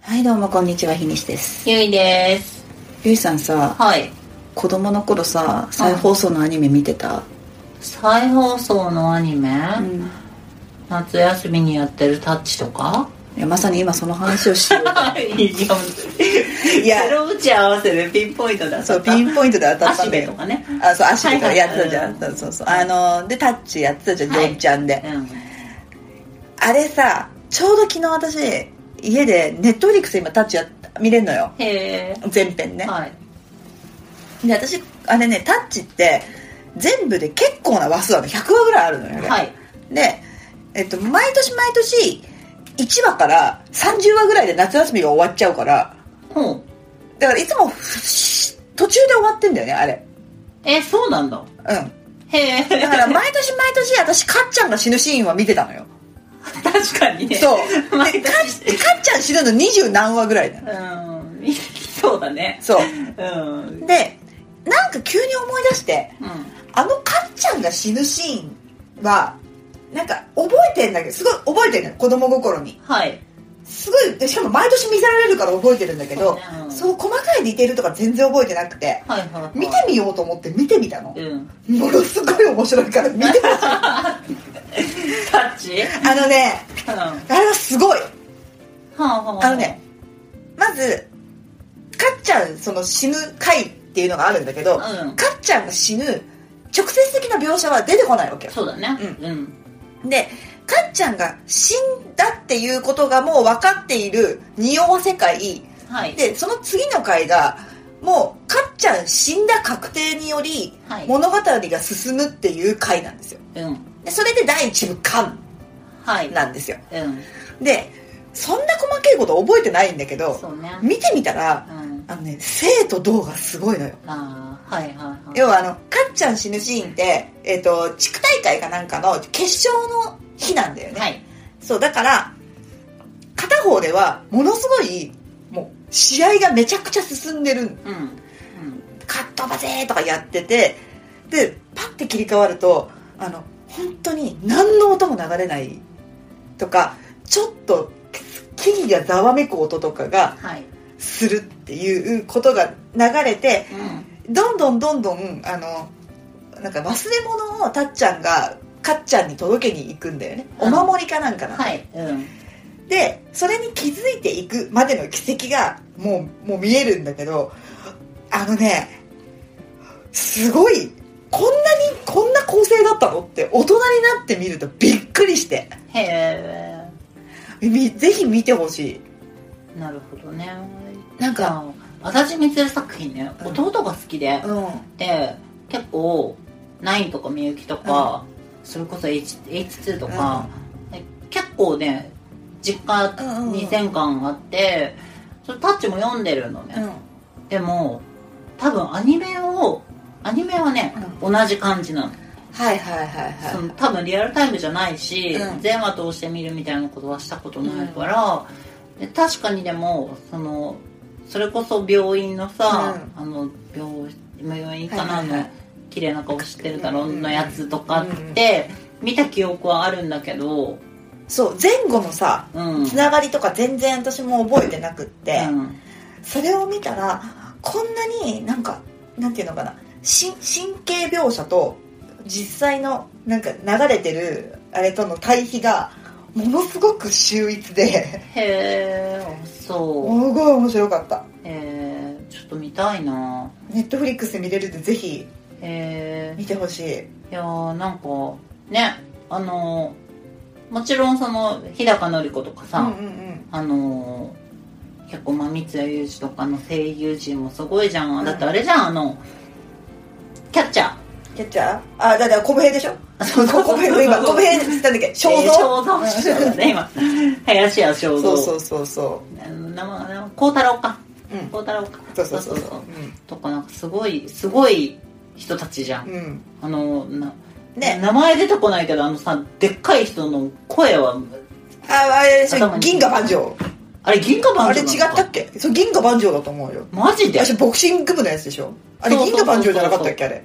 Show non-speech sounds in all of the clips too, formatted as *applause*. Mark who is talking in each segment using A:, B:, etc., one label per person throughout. A: はいどうもこんにちはひにしです
B: ゆいです
A: ゆいさんさ
B: はい
A: 子供の頃さ再放送のアニメ見てた、
B: 再放送のアニメ、
A: うん
B: 夏休みにやってる「タッチ」とか
A: いやまさに今その話をしよう
B: い
A: *laughs*
B: や
A: いや
B: ゼロ打ち合わせでピンポイント *laughs* だ
A: そうピンポイントで当たった
B: アシ
A: の
B: ベ
A: よ
B: とかね
A: あそう足とかやってたじゃん、
B: はいはいはい
A: そうそうそうあのでタッチやってたじゃん、
B: はい
A: よっちゃんで、
B: うん
A: あれさちょうど昨日私家でネットフリックス今タッチやっ見れるのよ
B: へえ、
A: 全編ね、
B: はい
A: で私あれねタッチって全部で結構な話数なの100話ぐらいあるのよね、
B: はい
A: で、えっと、毎年毎年1話から30話ぐらいで夏休みが終わっちゃうから
B: ほう
A: だからいつもふし途中で終わってんだよねあれ
B: えそうなんだ
A: うん
B: へえ
A: だ *laughs*
B: *laughs*
A: から毎年毎年私かっちゃんが死ぬシーンは見てたのよ
B: 確かにね
A: そう
B: 毎
A: か
B: 年して
A: でかっちゃん死ぬの二十何話ぐらいだよ
B: うん見てきそうだね
A: そう
B: うん
A: でなんか急に思い出して
B: うん
A: あのかっちゃんが死ぬシーンはなんか覚えてんだけどすごい覚えてるのよ子供心に
B: はい
A: すごいでしかも毎年見せられるから覚えてるんだけど
B: そうねうん
A: そう細かいディテールとか全然覚えてなくて
B: はいはいはい
A: 見てみようと思って見てみたの
B: うん
A: ものすごい面白いから見てほしいあ
B: タッチ
A: のね
B: うんは
A: あれはすごい
B: あは
A: あのねまずかっちゃんその死ぬ回っていうのがあるんだけど、か
B: うん
A: っちゃんが死ぬ直接的な描写は出てこないわけよ
B: そうだね
A: う
B: うん
A: でかっちゃんが死んだっていうことがもう分かっている匂わせ界
B: はい
A: でその次の回がもうかっちゃん死んだ確定により
B: はい
A: 物語が進むっていう回なんですよ
B: うん
A: でそれで第一部完
B: はい
A: なんですよ
B: うん
A: でそんな細かいこと覚えてないんだけど
B: そうね
A: 見てみたら
B: うん
A: あのね生と動がすごいのよ
B: ああはいはいはい
A: 要はあのかっちゃん死ぬシーンって、えっと地区大会かなんかの決勝の日なんだよね、
B: はい
A: そうだから片方ではものすごいもう試合がめちゃくちゃ進んでる
B: うん
A: カットばぜーとかやっててでパッて切り替わるとあの本当に何の音も流れないとかちょっと木々がざわめく音とかが
B: うんはい
A: するっていうことが流れて
B: うん
A: どんどんどんどんあのなんか忘れ物をたっちゃんがかっちゃんに届けに行くんだよねお守りかなんかな、
B: はいうん
A: でそれに気づいていくまでの軌跡がもうもう見えるんだけどあのねすごいこんなにこんな構成だったのって大人になってみるとびっくりして
B: へえ
A: みぜひ見てほしい
B: なるほどね
A: なん
B: じゃ
A: か
B: あ私見てる作品ね
A: うん
B: 弟が好きで
A: うん
B: で結構ナインとかみゆきとかそれこそ H- H2 とかで結構ね実家
A: うんうんうん
B: に全巻あってそれタッチも読んでるのね
A: う
B: でも多分アニメをアニメはね、同じ感じなの,、
A: はいはいはい
B: そ
A: は
B: の多分リアルタイムじゃないし、
A: うん
B: 全話通して見るみたいなことはしたことないから、で確かにでもそのそれこそ病院のさ、あの病病院かな、
A: はいはいはい
B: あの綺麗な顔してるだろ
A: うん
B: のやつとかって、見た記憶はあるんだけ
A: い
B: ど
A: そう前後のさ
B: うん
A: つながりとか全然私も覚えてなくって、
B: うん
A: それを見たらこんなになんかなんていうのかなし神経描写と実際のなんか流れてるあれとの対比がものすごく秀逸で
B: へえ
A: す
B: そう
A: ごい面白かった
B: えー、ちょっと見たいな
A: ネットフリックスで見れるんでぜひ
B: えー
A: 見てほしい
B: いやーなんかねあのーもちろんその日高のり子とかさ、
A: うんうんうん
B: あのー結構まあ三谷裕二とかの声優陣もすごいじゃん、だってあれじゃんあのキャッチャー
A: キャッチャーあだから小平でしょ
B: そうそうそう
A: 小平今小平って言ったんだっけ肖
B: えー
A: 像、
B: 肖像師匠だ
A: *laughs*
B: ね今林家肖
A: そ
B: 像
A: うそうそうそ
B: あの名前名前孝太郎か
A: ううん
B: 孝太郎か
A: そうそうそうそう
B: とかなんかすごいすごい人たちじゃん、
A: うん、うん、
B: あのな
A: ね
B: 名前出てこないけどあのさでっかい人の声は
A: ああれでしょ
B: 頭に
A: 銀河万丈
B: あれ銀河
A: あ
B: 番
A: れ
B: 長
A: 違
B: なの
A: ったっけそう銀河万丈だと思うよ
B: マジで
A: 私ボクシング部のやつでしょあれ
B: そう
A: 銀
B: そうそうそう
A: 河万丈じゃなかったっけあれ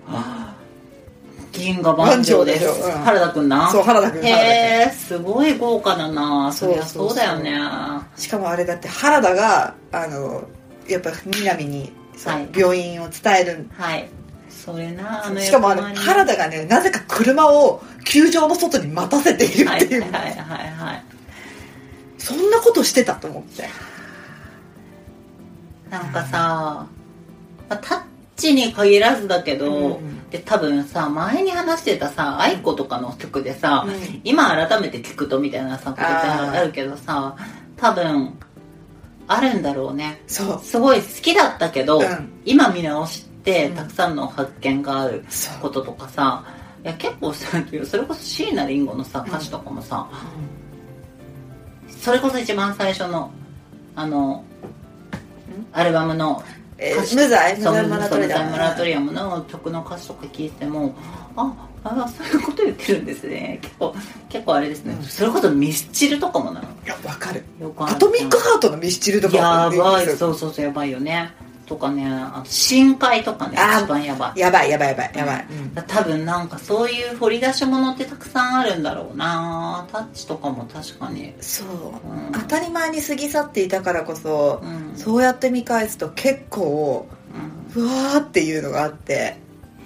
B: 銀河万丈です
A: 万丈でしょうん
B: 原田くんな
A: そう原田君原田
B: へえすごい豪華だなそりゃ
A: そ
B: そう
A: そうそう
B: うだよね
A: 君しかもあれだって原田があのやっぱ南にさ、
B: はい
A: 病院を伝える
B: はいそれなあの
A: しかもあの原田がねなぜか車を球場の外に待たせている
B: は
A: っ
B: い
A: て
B: はい
A: いう、
B: はいはいはい
A: そんなことしてたと思って
B: なんかさ、まあ、タッチに限らずだけど、
A: うん
B: で多分さ前に話してたさ愛子とかの曲でさ、
A: うん
B: 今改めて聞くとみたいなさことって
A: あー
B: あるけどさ多分あるんだろうね
A: そう
B: すごい好きだったけど、
A: うん
B: 今見直して
A: うん
B: たくさんの発見がある
A: そう
B: こととかさいや結構さそれこそ椎名林檎のさ歌詞とかもさ、それこそ一番最初のあのアルバムの
A: えー
B: 歌詞
A: 無罪無
B: そう
A: 罪マラトリ
B: そう無罪マラト
A: だ
B: リアムの曲の歌詞とか聞いてもああそういうこと言ってるんですね結構結構あれですね、
A: うん
B: それこそミスチルとかもなの
A: いやわかる
B: よくある
A: アトミックハートのミスチルとか
B: やばい
A: ですよ
B: そうそうそうやばいよねとかねあと深海とかね
A: あー
B: 一番やばい
A: やばいやばいやばいやばい、うん
B: 多分なんかそういう掘り出し物ってたくさんあるんだろうなタッチとかも確かに
A: そう
B: うん
A: 当たり前に過ぎ去っていたからこそ
B: う、ん
A: そうやって見返すと結構
B: うん
A: うわーっていうのがあって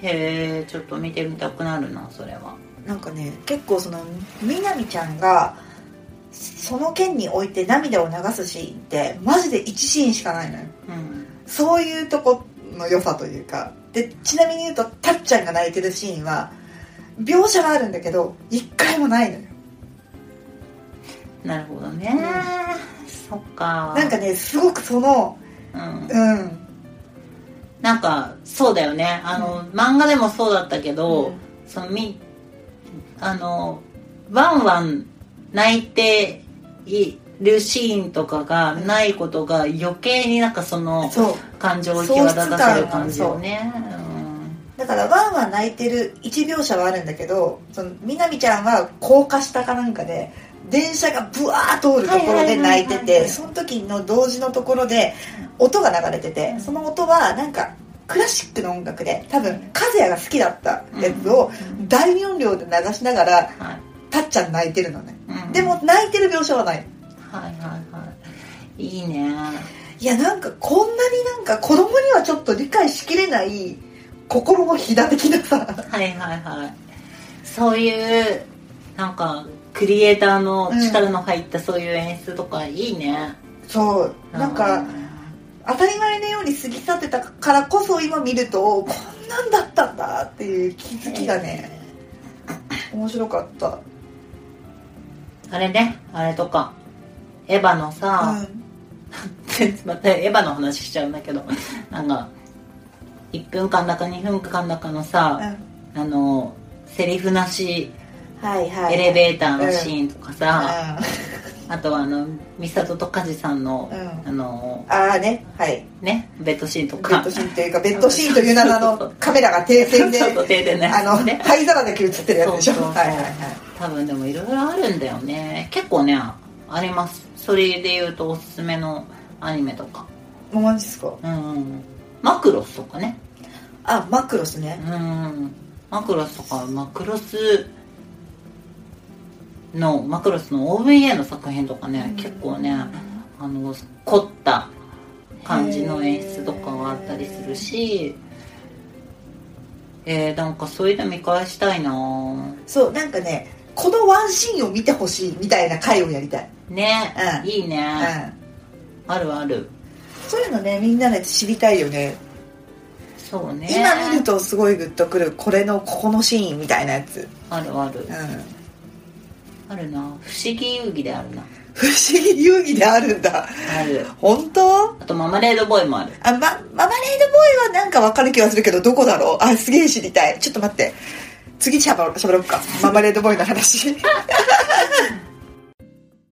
B: へえちょっと見てみたくなるなそれは
A: なんかね結構その南ちゃんがその件において涙を流すシーンってマジで1シーンしかないのよ
B: うん
A: そういうとこの良さというかでちなみに言うとたっちゃんが泣いてるシーンは描写はあるんだけど一回もないのよ
B: なるほどね、そっか
A: なんかねすごくその
B: うん
A: うん
B: なんかそうだよねあの、漫画でもそうだったけど、
A: うん
B: そのみあのワンワン泣いているシーンとかがないことが余計になんかその
A: そう
B: 感情を際立たせる感じよね
A: だからワンワン泣いてる一描写はあるんだけどそのみなみちゃんは高架下かなんかで電車がブワー通るところで泣いて
B: はいはいはいは
A: て
B: い
A: その時の同時のところで音が流れててその音はなんかクラシックの音楽で多分和也が好きだったやつを
B: うん
A: 大音量で流しながら
B: うんはい
A: たっちゃん泣いてるのね
B: うん
A: でも泣いてる描写はない
B: はいはいはいいいね
A: いやなんかこんなになんか子供にはちょっと理解しきれない心のひだ的なさ
B: はいはいはいそういうなんかクリエイターの力の入ったそういう演出とかいいね、
A: そうなんか、当たり前のように過ぎ去ってたからこそ今見るとこんなんだったんだっていう気づきがね面白かった
B: あれねあれとかエヴァのさ、 *laughs* またエヴァの話しちゃうんだけどなんか1分間だか2分間だかの
A: うんう
B: さ、
A: ん
B: あのセリフなし
A: はいはい
B: エレベーターのシーンとかさ、
A: あ
B: あとはあの美里と梶さんの、
A: うん
B: あの
A: あーねはい
B: ねベッドシーンと
A: ベッ
B: か
A: ドシーンというかベッドシーンという名
B: そうそ
A: の
B: う
A: カメラが停 *laughs* 戦で
B: *laughs* ちょっと停電ね
A: あの灰皿だけ映ってるやつでしょ
B: そうそうそう
A: はいはいはい
B: 多分でもいろいろあるんだよね結構ねありますそれで言うとおすすめのアニメとか
A: もうマジっすか
B: うんマクロスとかね
A: あマクロスね
B: うんマクロスとかマクロスのマクロスの OVA の作品とかね、結構ねあの凝った感じの演出とかがあったりするしえー、なんかそういうの見返したいなぁ
A: そうなんかねこのワンシーンを見てほしいみたいな回をやりたい、
B: ね、
A: うん
B: いいね、
A: うん、
B: あるある
A: そういうのねみんなで知りたいよね
B: そうね
A: 今見るとすごいグッとくるこれのここのシーンみたいなやつ、
B: あるある
A: うん、
B: あるな不思議遊戯であるな
A: 不思議遊戯であるんだ
B: ある
A: 本当
B: あとママレードボーイもある
A: あ、ま、ママレードボーイはなんかわかる気がするけどどこだろうあすげえ知りたいちょっと待って次しゃばしゃばろっかママレードボーイの話